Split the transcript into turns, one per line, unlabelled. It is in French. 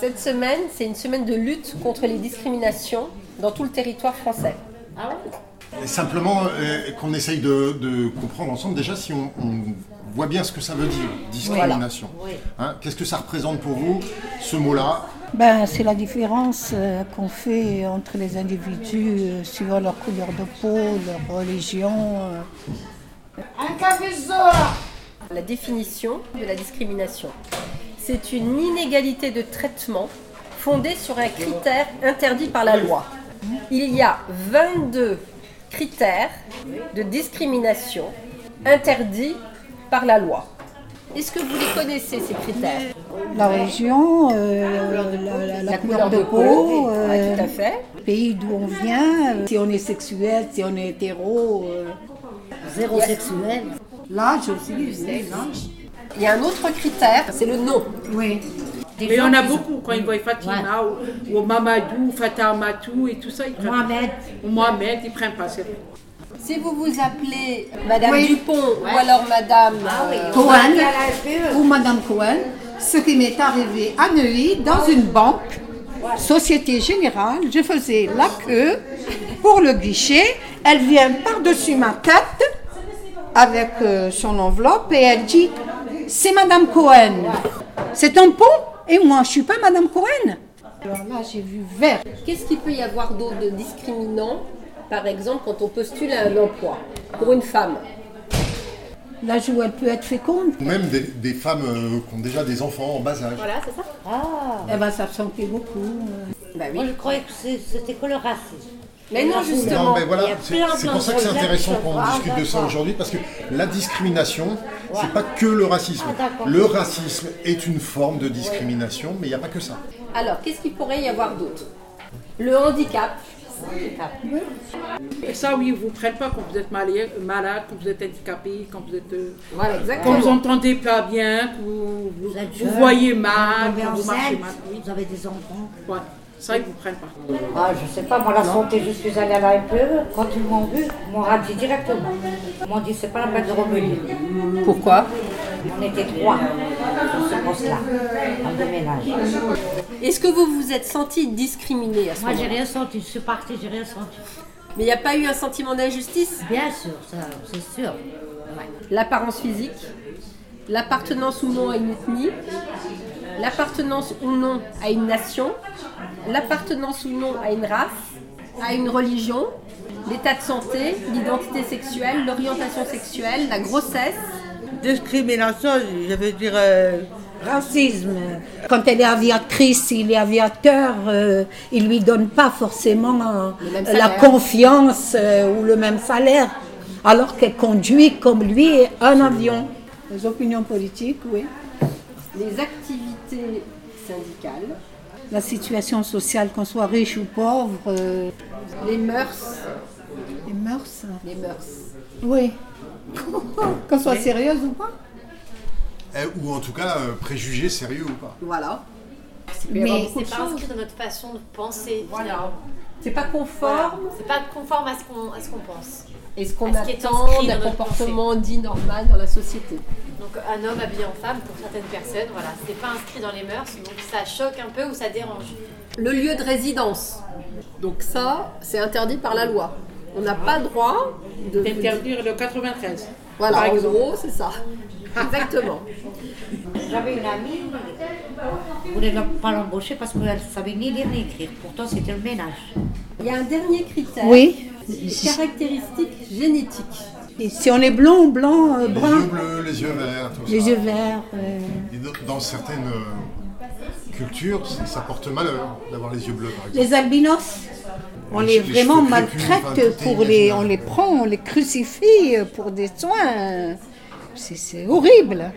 Cette semaine, c'est une semaine de lutte contre les discriminations dans tout le territoire français.
Ah ouais
Simplement euh, qu'on essaye de, de comprendre ensemble déjà si on, on voit bien ce que ça veut dire, discrimination.
Voilà. Oui.
Hein, Qu'est-ce que ça représente pour vous, ce mot-là
Ben, c'est la différence euh, qu'on fait entre les individus euh, suivant leur couleur de peau, leur religion. euh.
La définition de la discrimination. C'est une inégalité de traitement fondée sur un critère interdit par la loi. Il y a 22 critères de discrimination interdits par la loi. Est-ce que vous les connaissez, ces critères
La religion, euh, la, la- la couleur de peau,
Ouais,
euh,
tout à fait.
le pays d'où on vient, euh, si on est sexuel, si on est hétéro. euh.
Zéro sexuel.
L'âge aussi, oui, l'âge.
Il y a un autre critère, c'est le nom.
Oui.
Des
Mais il y
gens
en a
qui sont-
beaucoup quand ils voient Fatima ou, ou Mamadou, Fatah Matou et tout ça. Ils prennent-
Mohamed.
Ou Mohamed, ils prennent pas. c'est-
Si vous vous appelez Madame
Oui.
Dupont ou alors Madame euh,
Cohen ou Madame Cohen, ce qui m'est arrivé à Neuilly dans une banque, Société Générale, je faisais la queue pour le guichet. Elle vient par-dessus ma tête avec euh, son enveloppe et elle dit C'est Madame Cohen. C'est un pont et moi je suis pas Madame Cohen. Alors là j'ai vu vert.
Qu'est-ce qu'il peut y avoir d'autre de discriminant, par exemple, quand on postule à un emploi pour une femme
Là où elle peut être féconde,
Ou Même des, des femmes euh, qui ont déjà des enfants en bas âge.
Voilà, c'est ça
elle va s'absenter beaucoup.
Moi, je croyais que c'est- c'était que le racisme.
Mais non, justement.
Non, mais
il y
voilà,
a
c'est
plein,
c'est
plein
pour
de
ça que c'est
problèmes
intéressant
qui sont
qu'on
pas
discute de ça
d'accord.
aujourd'hui, parce que la discrimination, c'est pas que le racisme.
Ah, d'accord.
Le racisme est une forme de discrimination, mais il n'y a pas que ça.
Alors, qu'est-ce qu'il pourrait y avoir d'autre Le handicap.
Et ça, oui, ils vous prennent pas quand vous êtes malé- malade, quand vous êtes handicapé, quand vous êtes. euh,
Voilà,
Quand vous
exactement.
entendez pas bien, que vous, vous,
êtes
vous
jeune,
voyez mal,
Vous,
quand
tombez
vous marchez
enceinte,
mal. Oui,
vous avez des enfants.
ouais. Ça, ils vous prennent pas.
Ah, je sais pas, moi la santé, je suis allée à la MPE, quand ils m'ont vu, ils m'ont radié directement. Ils m'ont dit, c'est pas la peine de revenir.
Pourquoi
On était trois sur ce poste-là, en déménage.
Est-ce que vous vous êtes senti discriminé à ce
Moi,
moment
j'ai rien senti. Je suis partie, j'ai rien senti.
Mais il n'y a pas eu un sentiment d'injustice
Bien sûr, ça, c'est sûr. Ouais.
L'apparence physique, l'appartenance ou non à une ethnie, l'appartenance ou non à une nation, l'appartenance ou non à une race, à une religion, l'état de santé, l'identité sexuelle, l'orientation sexuelle, la grossesse.
discrimination, je veux dire, euh,
racisme. Quand elle est aviatrice, il est aviateur, euh, il lui donne pas forcément euh,
Le même
la
salaire.
confiance euh, ou le même salaire, alors qu'elle conduit comme lui un avion. Les opinions politiques, oui.
Les activités syndicales,
La situation sociale, qu'on soit riche ou pauvre, euh,
les mœurs,
les mœurs.
les mœurs.
Oui. qu'on soit sérieuse ou pas.
Euh, ou en tout cas, euh, préjugés sérieux ou pas.
Voilà.
Mais
C'est pas inscrit dans notre façon de penser. finalement.
C'est pas
Voilà.
conforme
C'est pas conforme à ce qu'on à ce qu'on pense.
et ce qu'on
À ce qui est
attend
inscrit
d'un
dans notre
comportement dit normal dans la société.
Donc un homme habillé en femme pour certaines personnes, voilà, c'est pas inscrit dans les mœurs, donc ça choque un peu ou ça dérange.
Le lieu de résidence. Donc ça, c'est interdit par la loi. On n'a pas droit de...
D'interdire le 93.
Voilà,
par
en
exemple.
gros, c'est ça. Exactement.
J'avais une amie,
Je voulais pas l'embaucher parce qu'elle savait ni lire ni écrire. Pourtant, c'était le ménage.
Il y a un dernier critère.
Oui.
Les caractéristiques génétiques.
Et si on est blond ou blanc, euh,
Les
brun,
yeux bleus, les yeux verts, tout ça.
les yeux verts. euh,
Et dans- dans certaines euh, cultures, ça, ça porte malheur d'avoir les yeux bleus, par exemple.
Les albinos, on
Les
les
cheveux
vraiment
crépus, enfin,
maltraite
tout est
pour les, on
imaginable.
les prend, on les crucifie pour des soins. C'est- C'est horrible.